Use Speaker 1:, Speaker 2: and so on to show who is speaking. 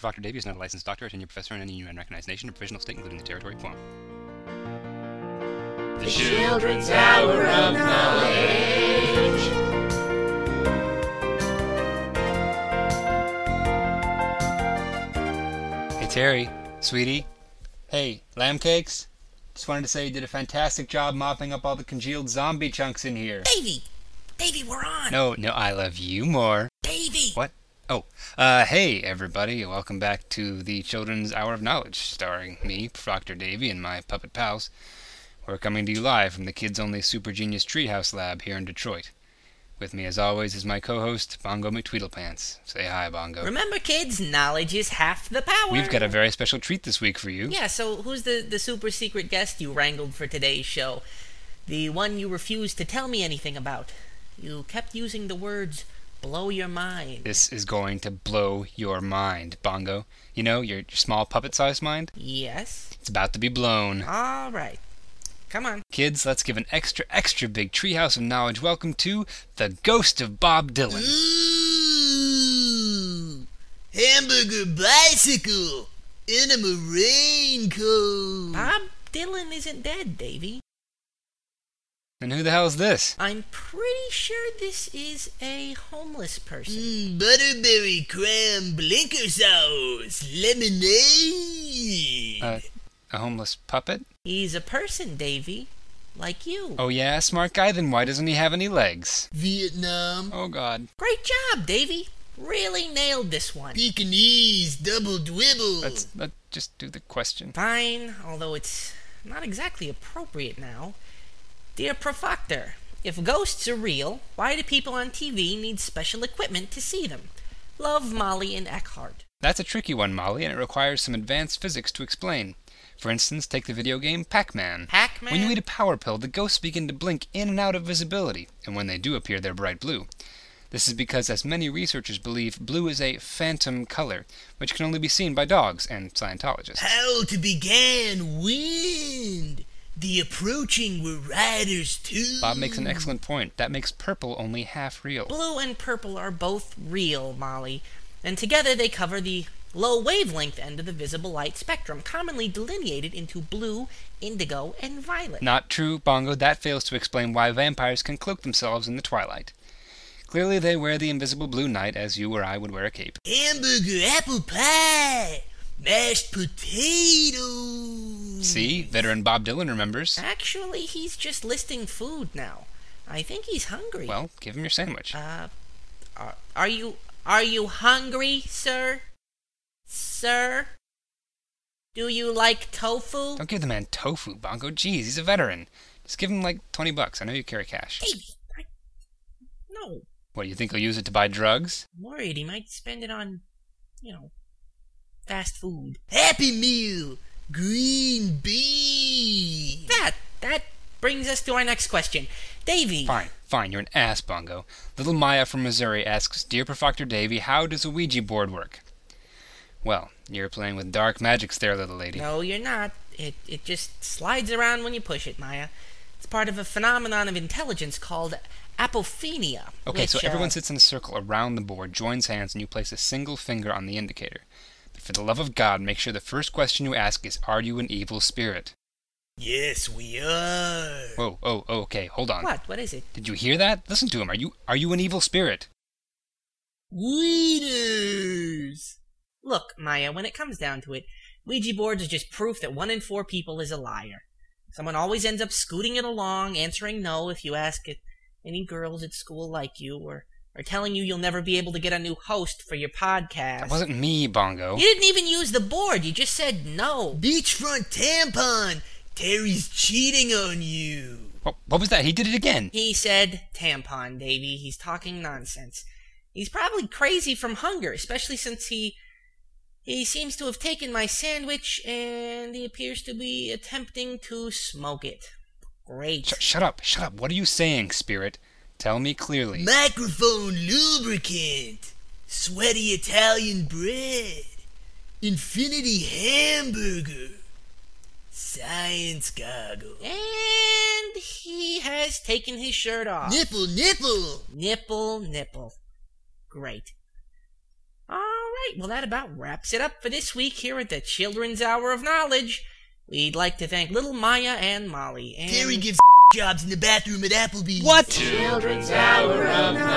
Speaker 1: Dr. Davy is not a licensed doctor, a tenured professor in any UN-recognized nation or provisional state, including the territory of Guam.
Speaker 2: The Children's Hour of Knowledge.
Speaker 1: Hey, Terry. Sweetie. Hey, lamb cakes. Just wanted to say you did a fantastic job mopping up all the congealed zombie chunks in here.
Speaker 3: Davy! Davy, we're on!
Speaker 1: No, no, I love you more.
Speaker 3: Davy!
Speaker 1: What? Oh, uh, hey, everybody. Welcome back to the Children's Hour of Knowledge, starring me, Dr. Davy, and my puppet pals. We're coming to you live from the Kids Only Super Genius Treehouse Lab here in Detroit. With me, as always, is my co host, Bongo McTweedlepants. Say hi, Bongo.
Speaker 3: Remember, kids, knowledge is half the power.
Speaker 1: We've got a very special treat this week for you.
Speaker 3: Yeah, so who's the, the super secret guest you wrangled for today's show? The one you refused to tell me anything about. You kept using the words blow your mind.
Speaker 1: This is going to blow your mind, Bongo. You know, your, your small puppet sized mind?
Speaker 3: Yes?
Speaker 1: It's about to be blown.
Speaker 3: All right. Come on.
Speaker 1: Kids, let's give an extra, extra big treehouse of knowledge welcome to the ghost of Bob Dylan.
Speaker 4: Ooh, hamburger bicycle in a marine coat.
Speaker 3: Bob Dylan isn't dead, Davy.
Speaker 1: And who the hell is this?
Speaker 3: I'm pretty sure this is a homeless person.
Speaker 4: Mm, butterberry cram blinker sauce, lemonade.
Speaker 1: Uh, a homeless puppet?
Speaker 3: He's a person, Davy. Like you.
Speaker 1: Oh, yeah, smart guy, then why doesn't he have any legs?
Speaker 4: Vietnam
Speaker 1: Oh, God.
Speaker 3: Great job, Davy. Really nailed this one.
Speaker 4: Pekingese double dwibble.
Speaker 1: Let's, let's just do the question.
Speaker 3: Fine, although it's not exactly appropriate now. Dear Profactor, if ghosts are real, why do people on TV need special equipment to see them? Love Molly and Eckhart.
Speaker 1: That's a tricky one, Molly, and it requires some advanced physics to explain. For instance, take the video game Pac Man.
Speaker 3: Pac Man?
Speaker 1: When you eat a power pill, the ghosts begin to blink in and out of visibility, and when they do appear, they're bright blue. This is because, as many researchers believe, blue is a phantom color, which can only be seen by dogs and Scientologists.
Speaker 4: How to began wind. The approaching were riders too.
Speaker 1: Bob makes an excellent point. That makes purple only half real.
Speaker 3: Blue and purple are both real, Molly, and together they cover the low wavelength end of the visible light spectrum, commonly delineated into blue, indigo, and violet.
Speaker 1: Not true, Bongo. That fails to explain why vampires can cloak themselves in the twilight. Clearly, they wear the invisible blue night as you or I would wear a cape.
Speaker 4: Hamburger apple pie, mashed potatoes.
Speaker 1: See, veteran Bob Dylan remembers.
Speaker 3: Actually, he's just listing food now. I think he's hungry.
Speaker 1: Well, give him your sandwich.
Speaker 3: Uh, are, are you are you hungry, sir? Sir, do you like tofu?
Speaker 1: Don't give the man tofu, Bongo. Jeez, he's a veteran. Just give him like 20 bucks. I know you carry cash.
Speaker 3: Davey, I, no,
Speaker 1: What, you think he'll use it to buy drugs?
Speaker 3: I'm worried he might spend it on, you know, fast food.
Speaker 4: Happy Meal, green bean.
Speaker 3: That that brings us to our next question, Davy.
Speaker 1: Fine, fine, you're an ass, Bongo. Little Maya from Missouri asks Dear Profactor Davy, how does a Ouija board work? Well, you're playing with dark magics there, little lady.
Speaker 3: No, you're not. It it just slides around when you push it, Maya. It's part of a phenomenon of intelligence called apophenia.
Speaker 1: okay, so
Speaker 3: which, uh,
Speaker 1: everyone sits in a circle around the board, joins hands, and you place a single finger on the indicator. But for the love of God, make sure the first question you ask is Are you an evil spirit?
Speaker 4: Yes, we are.
Speaker 1: Whoa, oh, oh, okay, hold on.
Speaker 3: What? What is it?
Speaker 1: Did you hear that? Listen to him. Are you are you an evil spirit?
Speaker 4: Wieners.
Speaker 3: Look, Maya, when it comes down to it, Ouija boards are just proof that one in four people is a liar. Someone always ends up scooting it along, answering no if you ask it, any girls at school like you, or, or telling you you'll never be able to get a new host for your podcast.
Speaker 1: That wasn't me, Bongo.
Speaker 3: you didn't even use the board, you just said no.
Speaker 4: Beachfront tampon. Terry's cheating on you.
Speaker 1: What, what was that? He did it again.
Speaker 3: He said tampon, Davy. He's talking nonsense. He's probably crazy from hunger, especially since he he seems to have taken my sandwich and he appears to be attempting to smoke it. Great.
Speaker 1: Sh- shut up, shut up. What are you saying, spirit? Tell me clearly.
Speaker 4: Microphone lubricant. Sweaty Italian bread. Infinity hamburger. Science goggle.
Speaker 3: And he has taken his shirt off.
Speaker 4: Nipple, nipple.
Speaker 3: Nipple, nipple. Great. All right, well, that about wraps it up for this week here at the Children's Hour of Knowledge. We'd like to thank little Maya and Molly. And
Speaker 4: Terry gives jobs in the bathroom at Applebee's.
Speaker 1: What?
Speaker 2: Children's Hour of Knowledge.